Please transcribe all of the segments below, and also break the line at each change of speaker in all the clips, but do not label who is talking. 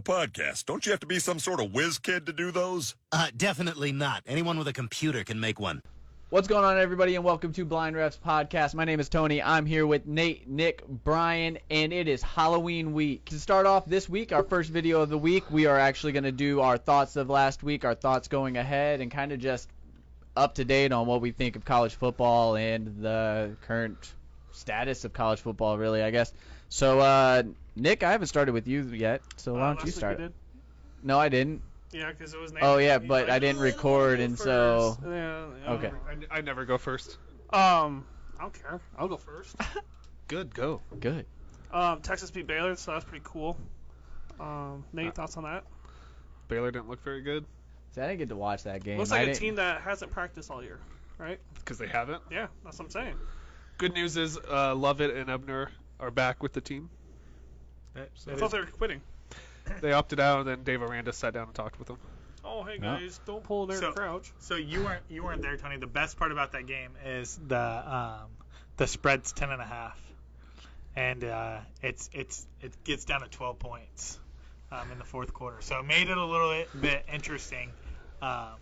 podcasts. Don't you have to be some sort of whiz kid to do those?
Uh, definitely not. Anyone with a computer can make one.
What's going on, everybody, and welcome to Blind Refs Podcast. My name is Tony. I'm here with Nate, Nick, Brian, and it is Halloween week. To start off this week, our first video of the week, we are actually going to do our thoughts of last week, our thoughts going ahead, and kind of just up to date on what we think of college football and the current status of college football, really, I guess. So, uh, Nick, I haven't started with you yet, so why
Uh,
don't
last
you
week
start?
we did.
No, I didn't.
Yeah, because it was.
Oh,
Nate.
yeah,
He
but
liked
I
it.
didn't record, and so.
Yeah, yeah,
Okay.
I, I never go first.
Um, I don't care. I'll go first.
Good, go.
Good.
um, Texas beat Baylor, so that's pretty cool. Um, Nate,
Uh,
thoughts on that?
Baylor didn't look very good
See, I didn't get to watch that game.
Looks
I
like a
didn't-
team that hasn't practiced all year, right?
because they haven't.
Yeah, that's what I'm saying.
Good news is uh, Lovett and Ebner are back with the team.
I thought they were quitting.
They opted out, and then Dave Aranda sat down and talked with them.
Oh, hey guys, don't pull their
So-
crouch.
So you weren't you weren't there, Tony. The best part about that game is the um, the spread's ten and a half, and uh, it's it's it gets down to twelve points um, in the fourth quarter. So it made it a little bit interesting. Um,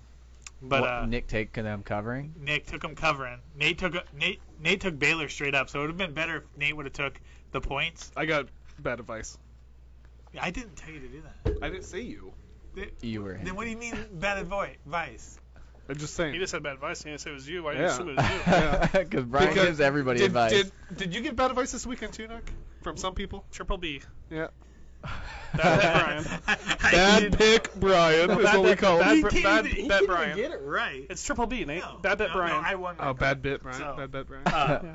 but
What,
uh, Nick,
Nick take them covering.
took him covering. Nate took Nate Nate took Baylor straight up. So it would have been better if Nate would have took the points.
I got bad advice.
I didn't tell you to do that.
I didn't say you.
You were.
Then what do you mean bad advi- advice?
I'm just
He
saying.
just had bad advice. He didn't say it was you. Why did
Yeah.
you assume it was you?
Because Brian
Because-
gives everybody
did,
advice.
Did, did you get bad advice this weekend too, Nick? From some people.
Triple B.
Yeah.
That Brian.
I
Bad
did-
pick, Brian. is
bad
what we
bet-
call
bad
him.
bet-
He
bad
can't even- he
bet
can't even
Brian.
Get it right.
It's Triple B, Nate.
No,
bad bet
no,
Brian.
No, I won.
Oh, bad bit, Brian.
So-
Bad bet, Brian.
Uh,
Yeah.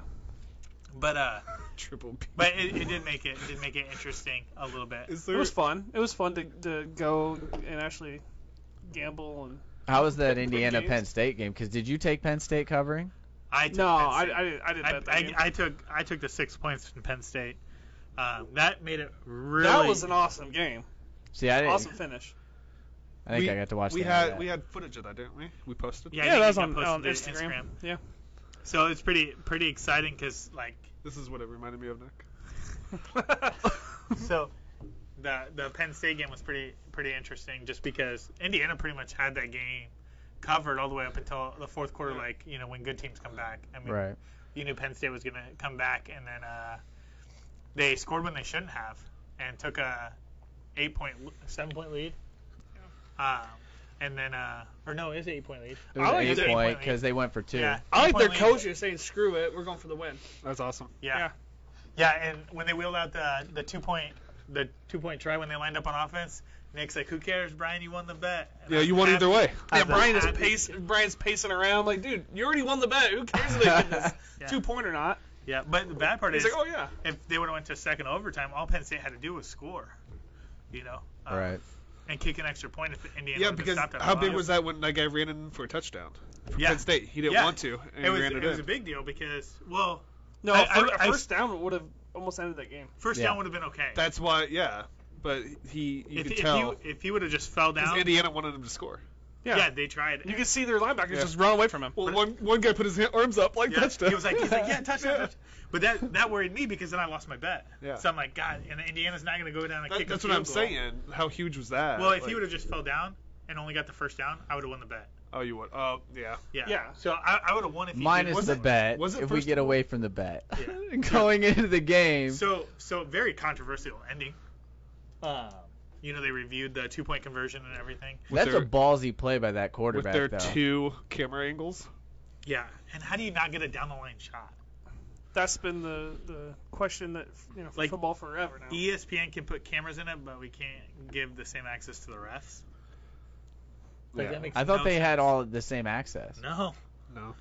but uh,
Triple B.
but it, it did make it, it did make it interesting a little bit.
Is
It
there?
was fun. It was fun to, to go and actually gamble and
How
uh,
was that Indiana
games.
Penn State game? Because did you take Penn State covering?
I took
no,
Penn
I,
State.
I, didn't- I didn't bet that
I,
game.
I, I took I took the six points from Penn State. Um, that made it really.
That was an awesome game.
See, I didn't.
Awesome finish.
I think I got to watch
We
the end of
had
that.
we had footage of that, didn't we? We posted.
Yeah,
yeah,
you
that was
can
on,
post
on
it to
Instagram.
Instagram.
Yeah.
So it's pretty pretty exciting because like
This is what it reminded me of, Nick.
so the the Penn State game was pretty pretty interesting just because Indiana pretty much had that game covered all the way up until the fourth quarter. Like you know when good teams come back. I mean,
Right.
you knew Penn State was going to come back, and then uh, they scored when they shouldn't have, and took a eight point, seven point lead. Um, and then, uh, or no, it is eight point lead.
It was
I like
an
the
eight
eight
point
point
because they went for two.
Yeah,
I like their
eight-point lead.
coaches saying, "Screw it, we're going for the win."
That's awesome.
Yeah. yeah, And when they wheeled out the the two point the two point try when they lined up on offense, Nick's like, "Who cares, Brian? You won the bet." And
Yeah,
I was
you won
happy-
either way.
I
Yeah,
was
Brian is
happy.
pace. Brian's pacing around like, "Dude, you already won the bet. Who cares if they get this
Yeah.
two point or not?"
Yeah, but the bad part
He's
is
like, "Oh yeah."
if they would have went to second overtime, all Penn State had to do was score. You know.
uh,
Um,
Right.
and kick an extra point if Indiana.
Yeah,
would've
because
stopped at
how
the
big
line.
was that when that guy ran in for a touchdown? From
Yeah.
Penn State. He didn't
Yeah.
want to, and
It
he
was,
ran it,
it was a
in.
big deal because well,
No,
I-
a fir-
I-
a
I-
first down would have almost ended that game.
first
Yeah.
down would have been okay.
That's why, yeah. But he, you
if,
could
if
tell,
you if you would have just fell
'cause
down,
Indiana wanted him to score.
yeah.
Yeah,
they tried.
you could see their linebackers
Yeah.
just run away from him.
Well, one one guy put his hand- arms up like
yeah.
touchdown.
He was like, he's like, yeah, touchdown. touchdown. But that that worried me because then I lost my bet.
Yeah.
So I'm like, God, and Indiana's not going to go down and
That-
kick. a
that's what I'm
field goal.
saying. How huge was that?
Well, if
Like,
he would have just fell down and only got the first down, I would have won the bet.
oh, you would. Oh, yeah.
Yeah.
Yeah.
So I, I would have won if he
Minus
was
the bet.
was it
if we
first
get
of all?
away from the bet,
Yeah.
going into the game.
So so very controversial ending. Um, you know they reviewed the two point conversion and everything.
that's
their-
a ballsy play by that
With
quarterback,
their
though.
two camera angles.
Yeah, and how do you not get a down the line shot?
That's been the, the question that you know for
Like-
football forever now.
ESPN can put cameras in it, but we can't give the same access to the refs. Like,
Yeah.
that makes
I thought
no
they had
sense.
all the same access.
No,
No.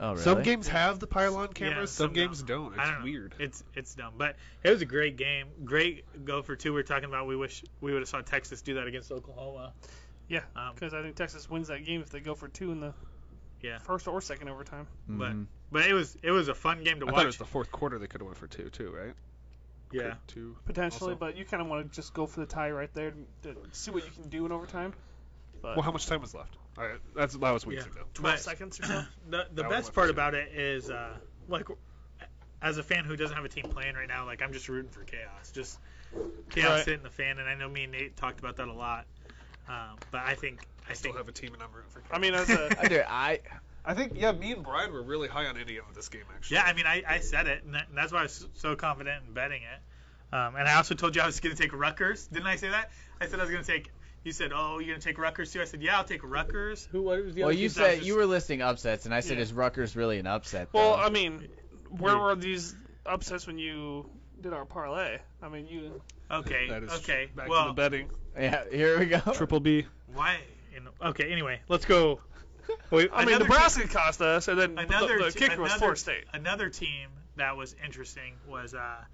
Oh, really?
Some games have the pylon cameras.
Yeah,
some,
some
games don't.
don't.
It's
I don't know.
weird.
It's it's dumb, but it was a great game. Great go for two. We are talking about we wish we would have saw Texas do that against Oklahoma.
Yeah,
Um,
because I think Texas wins that game if they go for two in the
Yeah.
first or second overtime.
But
Mhm.
but it was it was a fun game to
Mm-hmm. I
watch.
thought it was the fourth quarter. They could have went for two too, right?
yeah.
Two.
potentially,
Also-
but you kind of want to just go for the tie right there to see what you can do in overtime. But
Well, how much time was left? All right, that's that was weeks
Yeah.
ago.
12
But-
seconds or so.
the the
That
best
one
part
was-
about it is uh, like as a fan who doesn't have a team playing right now, like I'm just rooting for chaos. Just chaos
Right.
hitting the fan, and I know me and Nate talked about that a lot. Um, but I think I
Still
think
have a team and I'm rooting for.
I mean, as a
I do. I
I think yeah, me and Brian were really high on Indiana with this game actually.
yeah, I mean I, I said it, and that- and that's why I was so confident in betting it. Um, and I also told you I was going to take Rutgers. Didn't I say that? I said I was going to take. You said, "Oh, you're going to take Rutgers too." I said, "Yeah, I'll take Rutgers." Who? What was the
well,
other
you
teams I was
said
just-
you were listing upsets, and I said
Yeah.
is Rutgers really an upset?
well,
um,
though?
I mean, where
Yeah.
were these upsets when you did our parlay? I mean, you
okay.
That is
okay.
Back
well,
to the betting.
yeah. Here we go.
Triple B.
why? In, okay. Anyway, let's go. Wait,
I mean, Nebraska cost us, and then the-
another
the,
te-
kicker was
another-
Florida State.
Another team that was interesting was uh,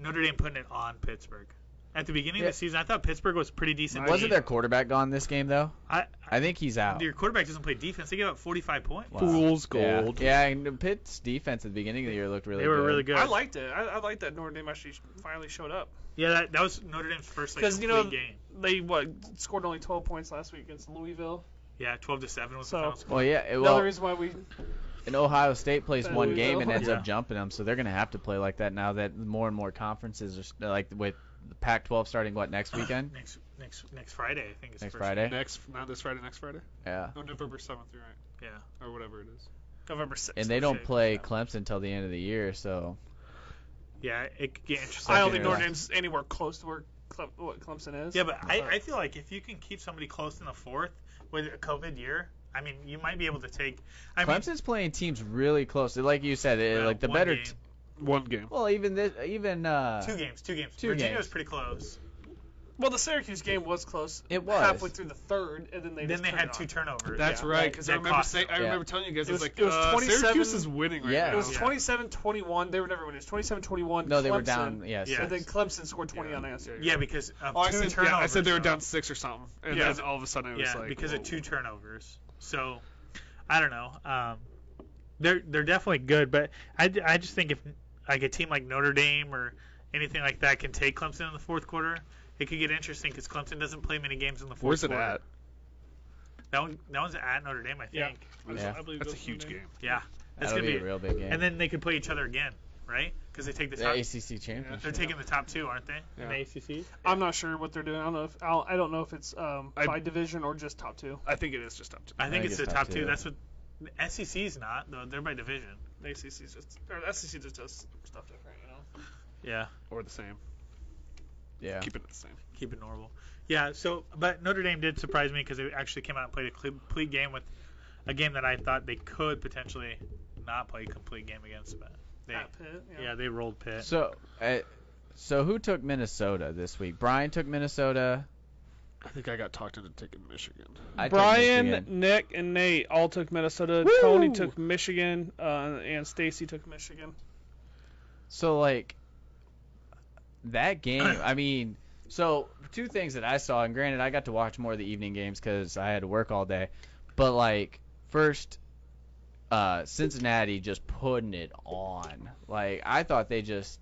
Notre Dame putting it on Pittsburgh. At the beginning
Yeah.
of the season, I thought Pittsburgh was a pretty decent.
Wasn't
team.
their quarterback gone this game though?
I,
I think he's out.
your quarterback doesn't play defense. They gave up 45 points.
Wow.
Fool's
Yeah.
gold.
Yeah, and Pitt's defense at the beginning of the year looked really.
They were
good.
really good.
I liked it. I, I liked that Notre Dame actually finally showed up.
Yeah, that, that was Notre Dame's first like
'Cause,
complete
you know-
game.
They what scored only 12 points last week against Louisville.
Yeah, 12 to seven was
So-
the final score.
Well, yeah. it-
Another
Well,
reason why we
and Ohio State plays
That
one
was
game and
Ohio-
ends
Yeah.
up jumping them, so they're going to have to play like that now that more and more conferences are s- like with the Pac-12 starting what next weekend,
Next next next Friday, I think. Is
next
first
Friday.
Next, not this Friday, next Friday.
Yeah.
No, November seventh, you're right,
game. Yeah,
or whatever it is.
November 6th.
And they don't
Shit.
play Clemson until the end of the year, so
Yeah, it could get interesting.
I don't
Second
think
or
Notre
last.
Dame's anywhere close to where Cle- what Clemson is.
Yeah, but I, I feel like if you can keep somebody close in the fourth with a COVID year, I mean, you might be able to take. I mean,
Clemson's playing teams really close. Like you said, it,
well,
like the
one
better.
game,
T-
One game.
well, even this, even uh,
two games, two games.
two
Virginia
games.
was pretty close.
well, the Syracuse game was close.
It was.
halfway through the third, and then they
then
just
they
turned
had
it
two
on.
turnovers.
That's
yeah.
right, because I
That
remember
cost
saying, I
them.
remember telling you guys,
It
it was,
was-
like,
it was
uh,
27
Syracuse is winning right
Yeah.
now.
It was
Yeah.
27-21. They were never winning. It was 27-21.
no, they were
Clemson,
down. Yes.
Yeah.
And then Clemson scored 20 unanswered.
Yeah, because of
Oh, I
two
said,
turnovers.
yeah, I said they were
though.
down six or something, and
Yeah.
then all of a sudden it was
Yeah,
like
because
whoa.
of two turnovers. So, I don't know. Um, they're they're definitely good, but I, d- I just think if like a team like Notre Dame or anything like that can take Clemson in the fourth quarter, it could get interesting because Clemson doesn't play many games in the fourth
Where's it
quarter.
at?
That one, that one's at Notre Dame, I think.
Yeah.
Yeah.
I believe that's a huge game.
Yeah, that's
That'll
gonna
be,
be.
a real big game.
And then they could play each other again, right? Because they take the
the
top.
ACC championship.
They're taking the top two, aren't they?
Yeah.
In the ACC.
I'm not sure what they're doing. I don't know if I'll, I don't know if it's um,
I-
by division or just top two.
I think it is just up to.
I think, it's, the top two.
yeah.
That's what. The SEC's not though. They're by division.
The ACC's just or the SEC just does stuff different, you know.
Yeah.
or the same.
Yeah.
Keep it the same.
Keep it normal. Yeah. So, but Notre Dame did surprise me because they actually came out and played a cle- complete game with a game that I thought they could potentially not play a complete game against, but they.
Ah,
At Pitt,
yeah. they rolled Pitt.
So, uh, so who took Minnesota this week? Brian took Minnesota.
I think I got talked into taking Michigan.
I
Brian,
took Michigan.
Nick, and Nate all took Minnesota. Tony took Michigan, uh, and Stacy took Michigan.
So like that game. I mean, so two things that I saw, and granted, I got to watch more of the evening games because I had to work all day. But like first, uh, Cincinnati just putting it on. Like I thought they just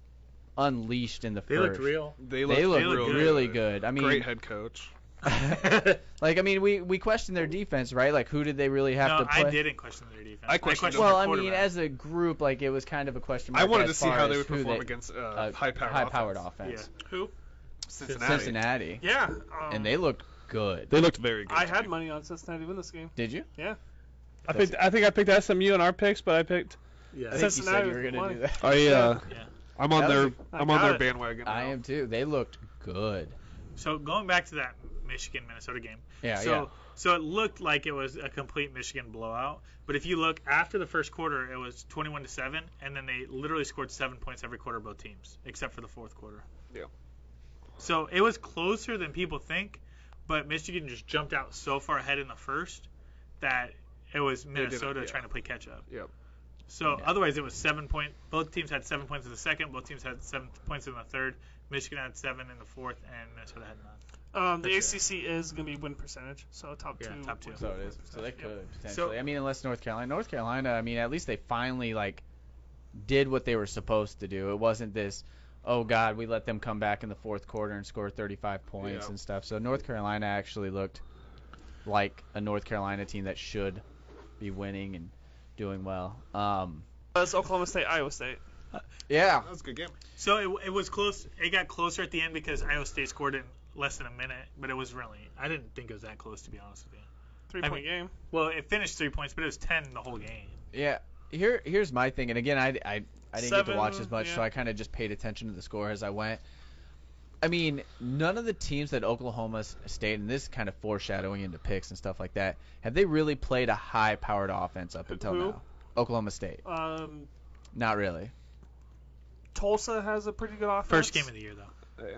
unleashed in the
they
first.
looked real.
They looked really good. I mean,
Great head coach.
like I mean, we we questioned their defense, right? Like who did they really have
no,
to play?
I didn't question their defense.
I questioned
their
them.
Well, I mean,
quarterback.
as a group, like it was kind of a question mark.
I wanted to
as
see
far
how they
as
would
who
perform
they-
against uh,
uh,
high-powered
high-powered
offense.
offense.
Who?
Cincinnati.
Cincinnati.
Yeah. Um,
And they looked good.
They looked very good.
I
to
had
me.
money on Cincinnati to win this game.
Did you?
I picked. I think I picked SMU in our picks, but I picked.
yeah.
I
I
think
think
you said
Cincinnati
you were
was
gonna do
one.
that.
I uh,
Yeah.
I'm on
That
their
was
a-
I'm on
I
their
got it.
bandwagon. Now.
I am too. They looked good.
So going back to that Michigan Minnesota game.
Yeah,
so,
yeah.
So it looked like it was a complete Michigan blowout, but if you look after the first quarter, it was 21 to seven, and then they literally scored seven points every quarter, both teams, except for the fourth quarter.
Yeah.
So it was closer than people think, but Michigan just jumped out so far ahead in the first that it was
didn't,
Minnesota
yeah.
trying to play catch up.
Yep.
So
Yeah.
otherwise, it was seven point. Both teams had seven points in the second. Both teams had seven points in the third. Michigan had seven in the fourth, and Minnesota had none.
Um, the
That's
ACC is gonna be win percentage, so top
Yeah,
two.
top two.
So it is. So they could potentially.
So-
I mean, unless North Carolina. North Carolina. I mean, at least they finally like did what they were supposed to do. It wasn't this. Oh God, we let them come back in the fourth quarter and score 35 points
Yeah.
and stuff. So North Carolina actually looked like a North Carolina team that should be winning and doing well. Um,
That's Oklahoma State, Iowa State.
Yeah.
That was a good game.
So it, it was close. It got closer at the end because Iowa State scored in less than a minute, but it was really. I didn't think it was that close to be honest with you.
Three
I
point
mean-
game.
Well, it finished three points, but it was ten the whole game.
Yeah. Here, here's my thing, and again, I, I, I didn't get to
Seven,
watch as much, so
yeah.
I kind of just paid attention to the score as I went. I mean, none of the teams that Oklahoma S- State, and this is kind of foreshadowing into picks and stuff like that, have they really played a high-powered offense up until
Who?
now? Oklahoma State,
Um,
not really.
Tulsa has a pretty good offense.
First game of the year though.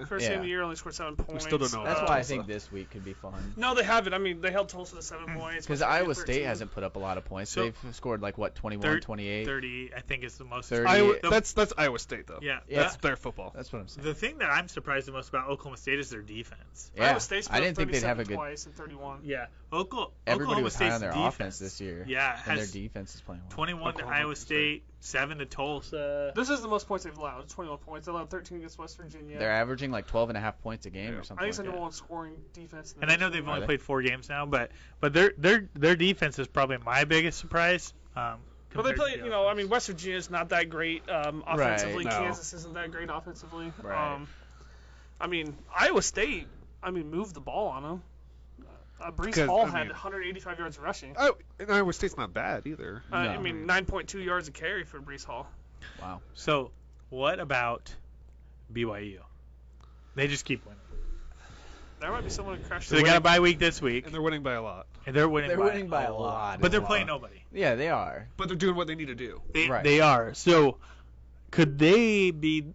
First game
Yeah.
of the year only scored seven points.
still don't know
That's
Uh,
why I
Tulsa.
think this week could be fun.
No, they haven't. I mean, they held Tulsa to seven
Mm.
points.
Because
which is
Iowa
only
State
13.
hasn't put up a lot of points.
So-
They've scored like what 21,
Thir-
28.
Thirty, I think, is the most.
30.
Iowa,
Yeah.
that's that's Iowa State though.
Yeah.
Yeah.
That's their football.
That's what I'm saying.
The thing that I'm surprised the most about Oklahoma State is their defense.
Yeah,
Iowa State's
I didn't think they'd have a good.
twice and 31.
Yeah, Oklahoma.
Everybody
Oklahoma
was
State's
high on their
defense,
offense this year.
Yeah,
and their
has
defense is playing well.
21
Oklahoma
to Iowa
State.
State, seven to Tulsa.
This is the most points they've allowed. 21 points. They allowed 13 against West Virginia.
They're averaging like 12 and a half points a game
Yeah.
or
I
something.
think it's the
like
number
that.
one scoring defense. in the
And I
nation.
know they've only
they?
played four games now, but but their their their defense is probably my biggest surprise. Um,
But they
compared to
play,
the
you know, I
offense.
mean, West Virginia's not that great um, offensively.
Right. No.
Kansas isn't that great offensively.
Right.
Um, I mean, Iowa State, I mean, moved the ball on them. Uh, Brees
'Cause,
Hall
I
had
mean-
185 yards rushing. Uh,
Oh, and Iowa State's not bad either.
I
No.
mean, 9.2 yards a carry for Brees Hall.
Wow.
So what about BYU? They just keep winning.
There might be someone who crashed
So they
the
got a bye week this week,
And they're winning by a lot.
and they're winning.
They're
by
winning by a lot.
but they're playing nobody.
Yeah, they are.
But they're doing what they need to do.
They,
Right.
they are. So could they be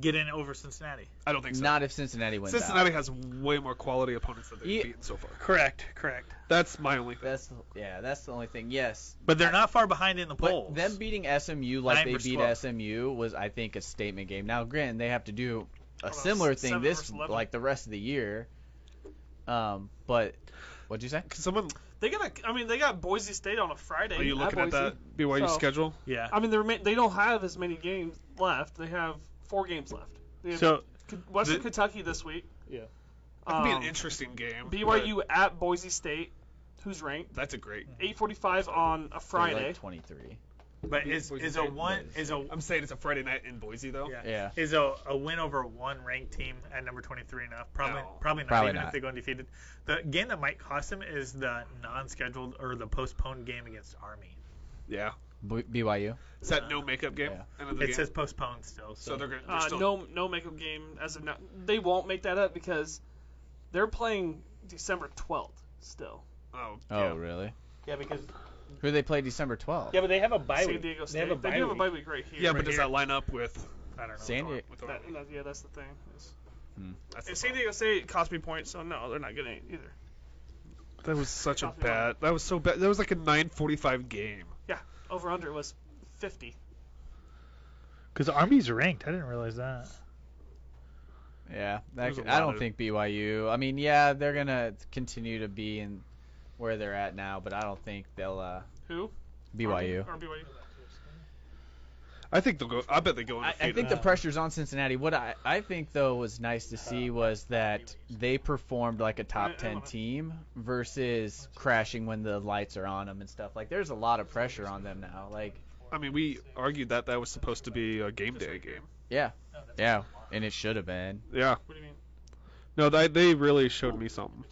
getting over Cincinnati?
I don't think so.
Not if Cincinnati wins.
Cincinnati
Out.
has way more quality opponents than they've
Ye-
beaten so far.
Correct, correct.
That's my only thing.
That's yeah. That's the only thing. Yes.
But they're not far behind in the
But
polls.
them beating SMU like
Nine
they
versus
beat
12.
SMU was, I think, a statement game. Now, granted, they have to do a
Hold on,
similar
s-
thing
seven
this
versus 11.
like the rest of the year. Um, but what'd you say?
Can someone?
They got, a, I mean, they got Boise State on a Friday.
Are you looking
Boise.
at that BYU
So-
schedule?
yeah.
I mean, they're, ma- they don't have as many games left. They have four games left. They have
So
K- Western
the-
Kentucky this week.
Yeah.
That could be an
Um,
interesting game.
BYU at Boise State, who's ranked
but That's a great.
8:45 on a
They're, like,
Friday.
23.
But is
Boise
is a
State
one is a
I'm saying it's a Friday night in Boise though.
Yeah.
is a, a win over one ranked team at number 23 enough? Probably
No.
probably not.
Probably
even
not.
if they go undefeated, the game that might cost them is the non-scheduled or the postponed game against Army.
Yeah.
B- BYU.
Is that no makeup game?
Yeah.
End of Oh, the
It
game?
says postponed still. So,
so they're, gonna- they're
Uh,
still
no, no makeup game as of now. They won't make that up because they're playing December 12th still.
Oh,
Oh,
yeah.
really?
yeah, because
Who do they play December 12th?
but they have a bye
San Diego State. They, do have a bye week right here.
Yeah, but
Right
does
here.
that line up with?
I don't know.
San Diego.
with
That-
Oregon?
that- yeah, that's the thing. It's-
That's
And
the
San
problem.
Diego State cost me points, so no, they're not getting it either.
That was such a
Coffee
bad. That was so bad. That was like a 9:45 game.
Yeah, over under was 50.
Because Army's ranked. I didn't realize that.
Yeah, that
There's
could,
a
I
lot
don't
of-
think BYU. I mean, yeah, they're gonna continue to be in where they're at now, but I don't think they'll uh,
Who?
BYU.
Or BYU.
I think they'll go. I bet they go
I, I
undefeated.
think the pressure's on Cincinnati. What I, I think though was nice to see was that they performed like a
I- I
top
Uh,
ten
wanna-
team versus crashing when the lights are on them and stuff. Like, there's a lot of pressure on them now. Like,
I mean, we argued that that was supposed to be a game day game.
yeah, yeah, and it should have been.
Yeah.
What do you mean?
No, they they really showed me something.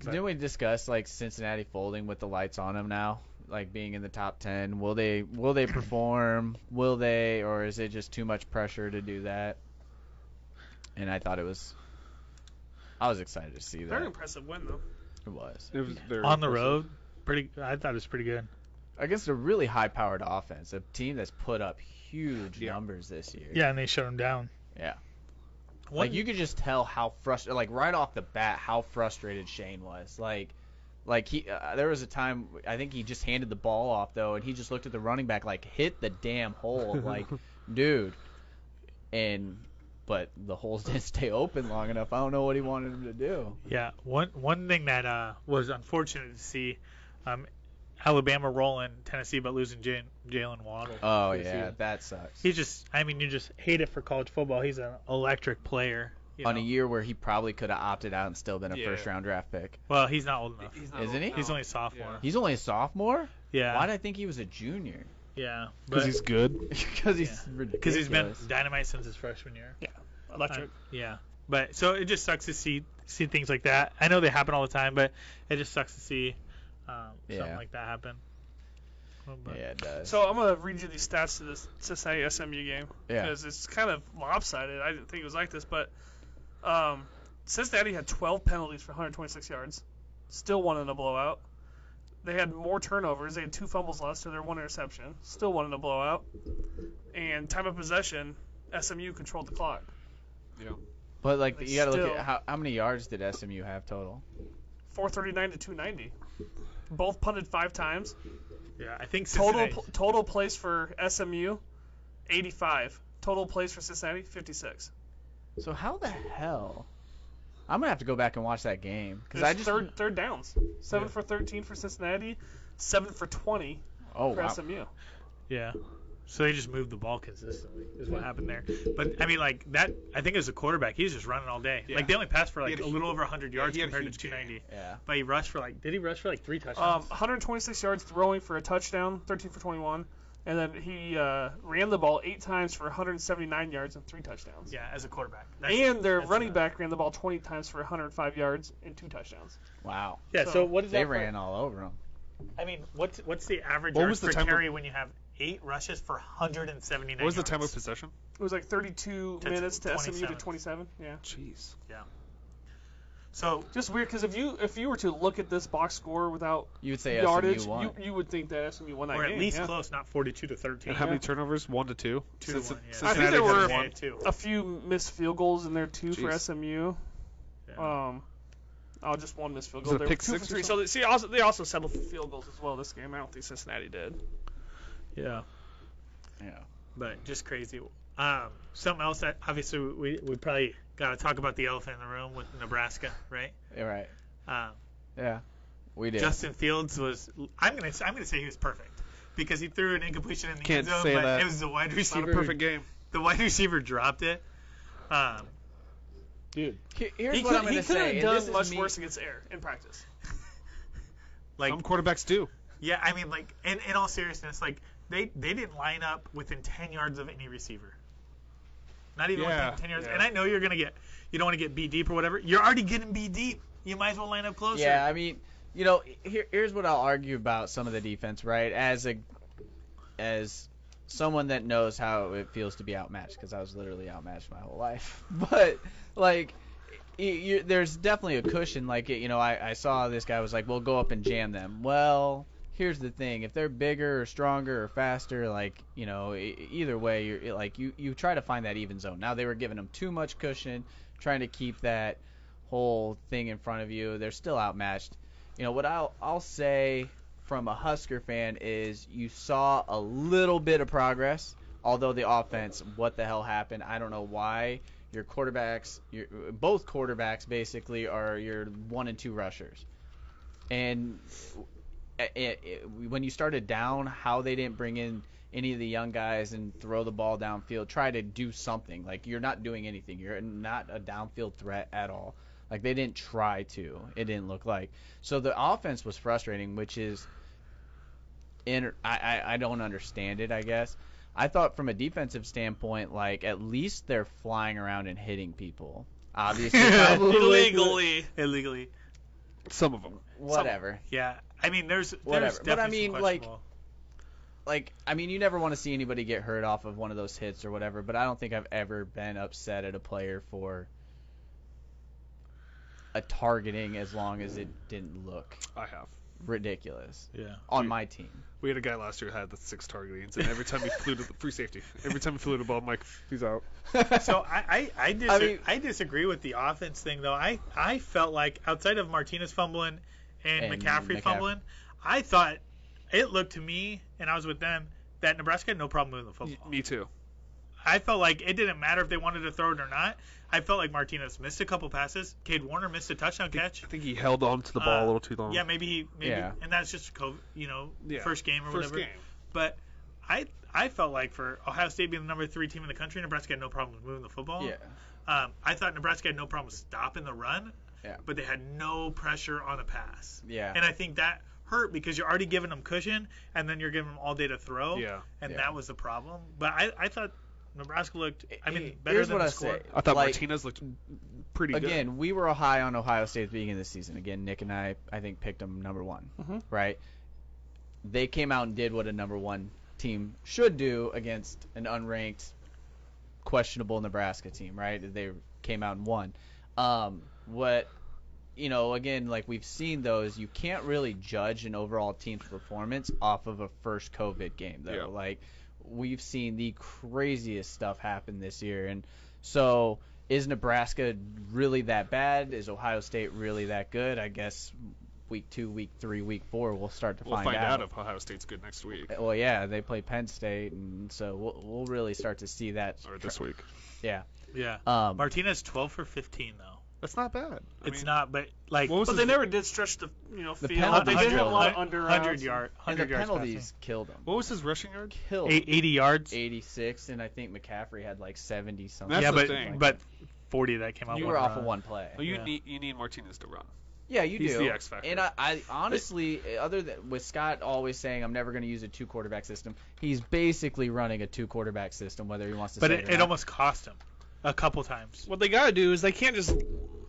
Didn't we discuss like Cincinnati folding with the lights on them now, like being in the top ten? Will they will they perform? Will they, or is it just too much pressure to do that? And I thought it was, I was excited to see
Very
that.
impressive win, though.
It was
It was very
On the
impressive.
road, pretty. I thought it was pretty good.
against a really high-powered offense, a team that's put up huge
Yeah.
numbers this year.
Yeah, and they shut them down.
like you could just tell how frustrated, like right off the bat, how frustrated Shane was. Like, like he, uh, there was a time I think he just handed the ball off though, and he just looked at the running back like, hit the damn hole, like, dude. And but the holes didn't stay open long enough. I don't know what he wanted him to do.
Yeah, one one thing that uh, was unfortunate to see, um, Alabama rolling Tennessee but losing Jan- Jalen Waddle.
Oh yeah, that sucks.
He's just, I mean, you just hate it for college football. He's an electric player. you
On
know.
a year where he probably could have opted out and still been a
Yeah.
first-round draft pick.
Well, he's not old enough.
He's not
Isn't
old
he?
now.
He's only a sophomore.
He's only a sophomore.
Yeah.
Why did I think he was a junior?
Yeah,
because he's good.
because he's ridiculous.
because he's been dynamite since his freshman year.
Electric.
Yeah, but so it just sucks to see see things like that. I know they happen all the time, but it just sucks to see um,
Yeah.
something like that happen. Well, but-
Yeah, it does.
So I'm gonna read you these stats to this Cincinnati SMU game
Yeah.
because it's kind of lopsided. I didn't think it was like this, but um, Cincinnati had 12 penalties for 126 yards, still won in a blowout. They had more turnovers. They had two fumbles lost to their one interception, still won in a blowout. And time of possession, SMU controlled the clock.
but like
But
you gotta look
still-
at how, how many yards did SMU have total?
439 to 290. Both punted five times.
yeah, I think
Total
Cincinnati-
pl- total plays for SMU, 85. Total plays for Cincinnati, 56.
So how the hell? I'm gonna have to go back and watch that game because
There's
I just
third third downs. Seven for thirteen for Cincinnati, seven for twenty
oh
for
wow.
SMU.
Yeah. So they just moved the ball consistently is what happened there. But I mean, like that. I think it was a quarterback. He was just running all day.
Yeah.
Like they only passed for
He
like
had
a
a
little over 100 yards
he had a
compared to
huge game.
290.
Yeah.
But he rushed for like. Did he rush for like three touchdowns?
Um, 126 yards throwing for a touchdown, 13 for 21, and then he uh, ran the ball eight times for 179 yards and three touchdowns.
yeah, as a quarterback.
and their
that's
running
not-
back ran the ball 20 times for 105 yards and two touchdowns.
Wow.
Yeah. So,
so
what is
They
that for-
ran all over him.
I mean, what's what's the average
What
yards
was the
per
time of-
carry when you have eight rushes for 179?
What was the time of
yards?
possession?
It was like 32
To
minutes to SMU to
27.
27. Yeah.
Jeez.
So
Just weird because if you if you were to look at this box score without
You would say
yardage,
SMU won.
you you would think that SMU won that
or
game.
at least
yeah.
close, not 42 to 13.
And how many turnovers? One to two.
Two to
Cinci-
one, yeah. I
think
Cincinnati
there
had
were-
one.
two.
a few missed field goals in there too for
Jeez.
SMU.
Yeah.
Um, oh, just one missed field
Was
goal.
it a
There
pick
two
six
for
or
three. So they, see, also they also settled for field goals as well this game. I don't think Cincinnati did.
Yeah.
Yeah.
but just crazy. Um, something else that obviously we, we probably got to talk about the elephant in the room with Nebraska, right?
You're right.
Um,
Yeah. We did.
Justin Fields was. I'm gonna I'm gonna say he was perfect because he threw an incompletion in the
Can't
end zone,
say
but
that.
it was the wide
It's not
receiver.
a perfect game.
The wide receiver dropped it. Um,
Here- Here's
He
what I'm
could
gonna
he could
say.
have
and this
done
is
much
me-
worse against air in practice.
like
Some quarterbacks do.
yeah, I mean like in, in all seriousness, like they they didn't line up within 10 yards of any receiver. Not even
Yeah,
within 10 yards.
yeah.
And I know you're gonna get you don't want to get beat deep or whatever. You're already getting beat deep. You might as well line up closer.
Yeah, I mean, you know, here, here's what I'll argue about some of the defense, right? As a as someone that knows how it feels to be outmatched, because I was literally outmatched my whole life. But like, y you, there's definitely a cushion. Like, you know, I, I saw this guy was like, "Well, go up and jam them." Well, here's the thing: if they're bigger or stronger or faster, like, you know, e- either way, you're like, you you try to find that even zone. Now they were giving them too much cushion, trying to keep that whole thing in front of you. They're still outmatched. You know what I'll I'll say from a Husker fan is you saw a little bit of progress, although the offense, what the hell happened? I don't know why. Your quarterbacks, your both quarterbacks basically are your one and two rushers, and uh, it, it, when you started down, how they didn't bring in any of the young guys and throw the ball downfield, try to do something. Like you're not doing anything. You're not a downfield threat at all. Like they didn't try to. It didn't look like. So the offense was frustrating, which is, inter- I, I I don't understand it. I guess I thought from a defensive standpoint, like at least they're flying around and hitting people. Obviously, probably-
illegally. Illegally.
Some of them.
whatever.
Yeah. I mean, there's, there's
Whatever. But I
definitely some
mean, like,
questionable-
like I mean, you never want to see anybody get hurt off of one of those hits or whatever. But I don't think I've ever been upset at a player for a targeting as long as it didn't look
I have.
ridiculous
yeah.
on my team.
We had a guy last year who had the six targetings, and every time he flew to the free safety, every time he flew to the ball, I'm like, he's out.
So I I I, dis- I,
I mean-
disagree with the offense thing though. I I felt like outside of Martinez fumbling and,
And
McCaffrey,
McCaffrey.
fumbling, I thought it looked to me, and I was with them, that Nebraska had no problem moving the football.
Me too.
I felt like it didn't matter if they wanted to throw it or not. I felt like Martinez missed a couple passes. Cade Warner missed a touchdown catch.
I think he held on to the ball
Uh,
a little too long.
Yeah, maybe he maybe,
Yeah.
and that's just COVID, you know
Yeah.
first game or
First
whatever.
game.
But I I felt like for Ohio State being the number three team in the country, Nebraska had no problem moving the football.
Yeah.
Um, I thought Nebraska had no problem stopping the run,
Yeah.
but they had no pressure on the pass.
Yeah.
And I think that hurt because you're already giving them cushion, and then you're giving them all day to throw.
Yeah.
and
Yeah.
that was the problem. But I, I thought Nebraska looked. I mean, better
Here's
than
what
the
I
score.
say.
I thought
Like,
Martinez looked pretty
again, we were high on Ohio State at the beginning of the season. Again, Nick and I, I think, picked them number one,
Mhm.
right? They came out and did what a number one team should do against an unranked, questionable Nebraska team, right? They came out and won. Um, what, you know, again, like we've seen those, you can't really judge an overall team's performance off of a first COVID game, though.
Yeah.
Like, we've seen the craziest stuff happen this year. And so is Nebraska really that bad? Is Ohio State really that good? I guess week two, week three, week four, we'll start to
good. We'll
find,
find out if Ohio State's good next week
well, yeah, they play Penn State, and so we'll, we'll really start to see that.
or this week.
Yeah,
Um,
Martinez 12 for 15 though.
That's not bad. I
It's
mean,
not, but like
What was
But
his-
they never did stretch the you know
The
field.
penalty
They did
drill.
have a lot of under uh,
hundred
routes.
yard,
and the
hundred yards.
penalties killed them.
What was his rushing yard?
Killed
passing. Eight- 80 yards.
86, and I think McCaffrey had like 70 something.
That's
yeah,
the
but
thing.
but 40 that came out.
you
one
were off
run.
of one play.
Well, Oh, you
Yeah.
need you need Martinez to run.
Yeah, you
He's
do.
the X factor.
And I, I honestly, other than with Scott always saying I'm never going to use a two quarterback system, he's basically running a two quarterback system, whether he wants to.
But
say
it,
or
it
not.
almost cost him a couple times.
What they gotta do is they can't just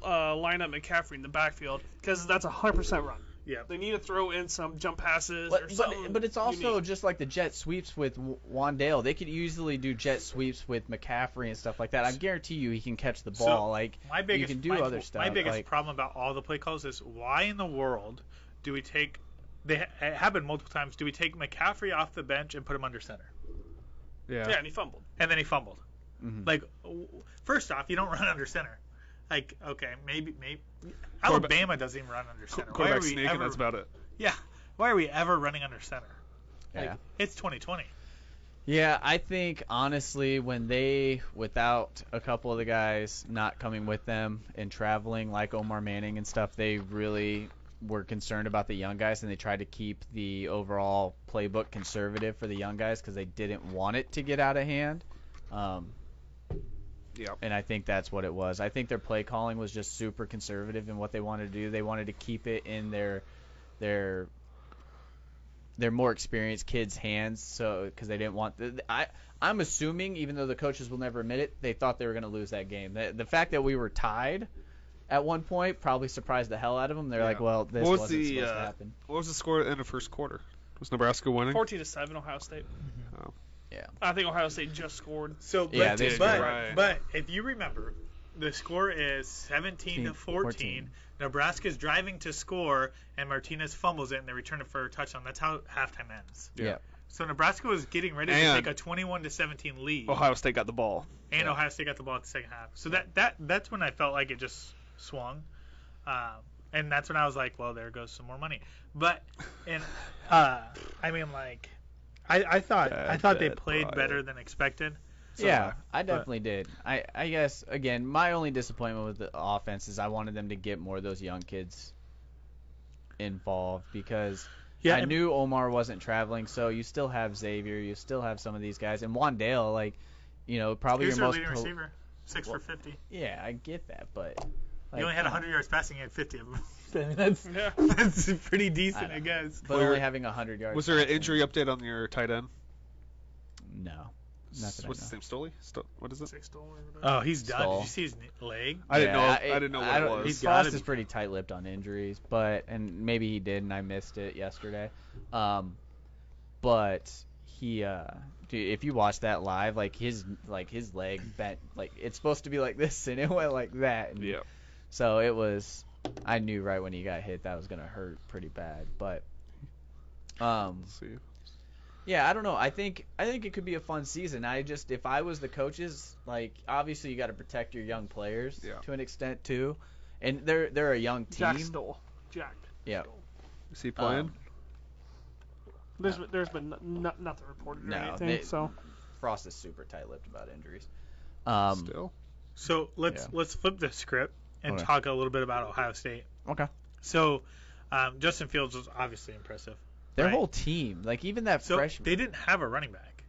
uh, line up McCaffrey in the backfield because that's a hundred percent run.
Yeah.
They need to throw in some jump passes or
But,
something.
but, but it's also
unique.
just like the jet sweeps with W- Wandale. They could easily do jet sweeps with McCaffrey and stuff like that. I guarantee you he can catch the
So,
ball. like
My biggest,
you can do
my,
other
my
stuff.
biggest
like,
problem about all the play calls is why in the world do we take? They ha- it happened multiple times. Do we take McCaffrey off the bench and put him under center,
yeah, and he fumbled.
and then he fumbled?
Mhm.
Like, w- first off, you don't run under center. Like, okay, maybe maybe Alabama doesn't even run under center. Why are
Quarterback
we
sneak, and
ever?
that's about it.
yeah. Why are we ever running under center?
yeah.
It's 2020.
Yeah, I think honestly, when they without a couple of the guys not coming with them and traveling like Omar Manning and stuff, they really were concerned about the young guys and they tried to keep the overall playbook conservative for the young guys because they didn't want it to get out of hand. Um,
Yep.
And I think that's what it was. I think their play calling was just super conservative in what they wanted to do. They wanted to keep it in their their their more experienced kids' hands, so because they didn't want. The, I I'm assuming, even though the coaches will never admit it, they thought they were going to lose that game. The, the fact that we were tied at one point probably surprised the hell out of them. They're like,
Yeah.
well, this
What was
wasn't
the,
supposed to
uh,
happen.
What was the score at the end of first quarter? Was Nebraska winning?
Fourteen to seven, Ohio State.
Oh.
Yeah.
I think Ohio State just scored.
So, but,
Yeah, they
did,
but,
right.
but if you remember, the score is 17 to 14.
14.
Nebraska's driving to score, and Martinez fumbles it, and they return it for a touchdown. That's how halftime ends.
Yeah.
So Nebraska was getting ready to
And- Oh,
take a 21 to 17 lead,
Ohio State got the ball.
and
yeah.
Ohio State got the ball at the second half. So that that that's when I felt like it just swung, um, and that's when I was like, well, there goes some more money. But and uh, I mean, like, I, I thought I
Bad,
thought they
bad
played
Bryant.
better than expected. So, uh,
yeah, I definitely did. I, I guess again, my only disappointment with the offense is I wanted them to get more of those young kids involved because
Yeah,
I
and-
knew Omar wasn't traveling, so you still have Xavier, you still have some of these guys, and Wandale, like, you know, probably
He's
your
our
most
leading
pro-
receiver. Six
Well,
for 50. He
yeah, I get that, but like,
only had
come on.
100 yards passing. He had 50 of them. I mean, that's,
Mm-hmm.
Yeah.
that's pretty decent,
I
I, guess.
but
Where-
only having hundred yards.
Was there an
passing.
injury update on your tight end?
No, not that I
What's
know.
his name? Stoley? Sto- what is it?
Six to one.
Uh,
Oh, he's done.
Stall.
Did you see his knee- leg?
I didn't know.
Yeah,
I, didn't know what
don't-
it was.
he's-
Frost
gotta
is
be-
pretty tight-lipped on injuries, but and maybe he did, and I missed it yesterday. Um, but he, uh, dude, if you watch that live, like his like his leg bent, like it's supposed to be like this, and it went like that. And
Yeah.
So it was. I knew right when he got hit that was gonna hurt pretty bad, but. Um,
Let's see.
yeah, I don't know. I think I think it could be a fun season. I just if I was the coaches, like obviously you got to protect your young players
Yeah.
to an extent too, and they're they're a young
Jack
team.
Stoll. Jack.
Yeah.
Is he playing?
There's there's been n- n- nothing reported or
No,
anything.
they-
so
Frost is super tight-lipped about injuries. Um,
Still.
So let's
Yeah.
let's flip the script and
Okay.
talk a little bit about Ohio State.
Okay.
So um, Justin Fields was obviously impressive.
their
right.
whole team, like even that
So
freshman,
they didn't have a running back.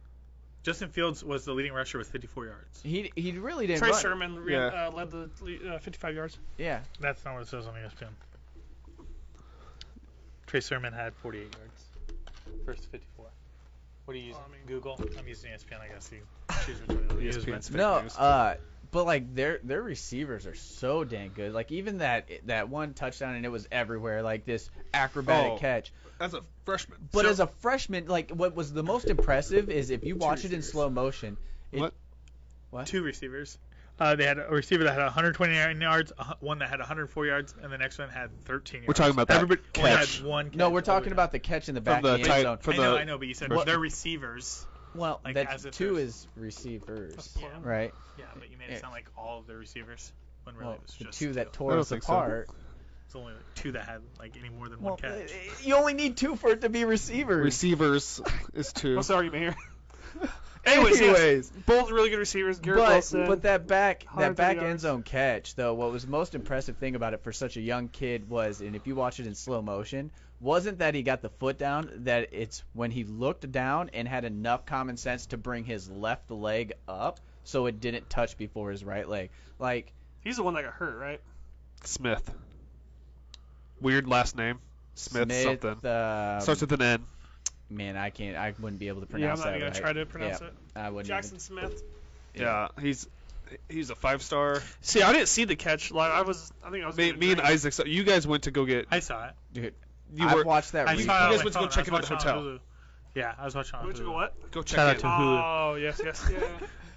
Justin Fields was the leading rusher with 54 yards.
he he really didn't.
Trey
run.
Sermon re-
Yeah.
uh, led the le- uh, 55 yards.
Yeah,
E That's not what it says on ESPN. Chris Sermon had 48 yards. First 54. What are you using?
I mean-
Google. I'm using E ESPN. I guess you choose which one. you use,
ESPN.
but-
Fake
No,
news.
uh, but like their their receivers are so dang good. Like even that that one touchdown and it was everywhere. Like this acrobatic
Oh.
catch.
As a freshman.
But
So-
as a freshman, like what was the most impressive is if you watch it in
receivers.
slow motion. It,
What?
Two receivers. Uh, they had a receiver that had 129 yards, a hu- one that had 104 yards, and the next one had 13 yards.
We're talking about that
Everybody only
catch.
had one.
No,
catch.
we're talking
Everybody-
about the catch in the back
the
of the
tight-
end zone.
for
I know,
the-
I know, but you said
What-
they're receivers.
Well,
like,
that's
as if
two
there's-
is receivers,
Yeah.
right?
Yeah, but you made it sound like all of the receivers when really
Well,
it was
the
just
two that
I
tore
don't
us
think so.
apart.
It's only like two that had like any more than
Well,
one catch.
eh, you only need two for it to be receivers.
Receivers is two.
What's the argument here? Anyways, yes,
Anyways.
both really good receivers. Garrett
but,
Wilson.
but that back that
130
back
yards.
end zone catch though what was the most impressive thing about it for such a young kid was and if you watch it in slow motion wasn't that he got the foot down that it's when he looked down and had enough common sense to bring his left leg up so it didn't touch before his right leg like
He's the one that got hurt, right?
Smith. Weird last name. Smith, something.
um,
Starts with an N.
man I can't I wouldn't be able to
yeah, I'm
pronounce
not
that
even gonna
right.
try to pronounce
Yeah,
it.
I wouldn't
Jackson Smith.
Yeah, he's he's a five star.
See, I didn't see the catch. Like I was, I think I was.
Me,
gonna
me and
drink.
Isaac. So you guys went to go get.
I saw it.
even, dude
You
I've
were
watched that
I
you-
re-
saw it
you
on
guys
my
went to go
phone.
check
I
him
was
at the
watching on
hotel.
Hulu. Yeah, I was watching on
Went to
Hulu.
go what?
go check
Shout out
in.
to Hulu.
Oh yes, yes, yeah.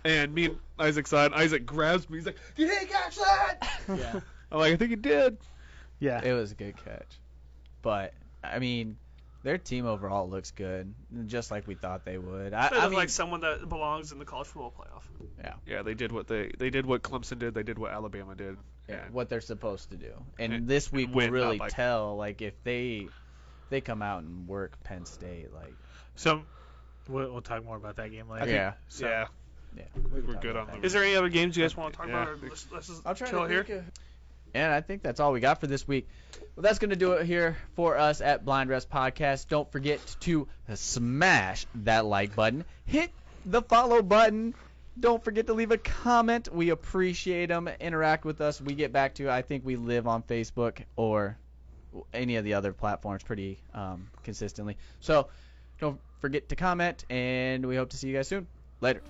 And me and Isaac saw it. Isaac grabs me. He's like, "Did he catch that?"
Yeah.
I'm like, "I think he did."
Yeah.
It was a good catch. But I mean, their team overall looks good, just like we thought they would. I,
They
I
look
mean,
like someone that belongs in the college football playoff.
Yeah, they did what they they did what Clemson did. They did what Alabama did.
yeah,
And
what they're supposed to do. And
And-
this week will
win, not
really
like-
tell like if they they come out and work Penn State like
So we'll, we'll talk more about that game later.
yeah.
So,
yeah,
Yeah.
we
can
are
talk
good
about
on
that.
them.
Is there any other games you guys want to talk
Yeah.
about? Or let's, let's just
I'm trying
chill
to
here.
think of- And I think that's all we got for this week. Well, that's going to do it here for us at Blind Rest Podcast. Don't forget to smash that like button, hit the follow button. Don't forget to leave a comment. We appreciate them. Interact with us. We get back to you. I think we live on Facebook or any of the other platforms pretty um, consistently. So don't forget to comment, and we hope to see you guys soon. Later.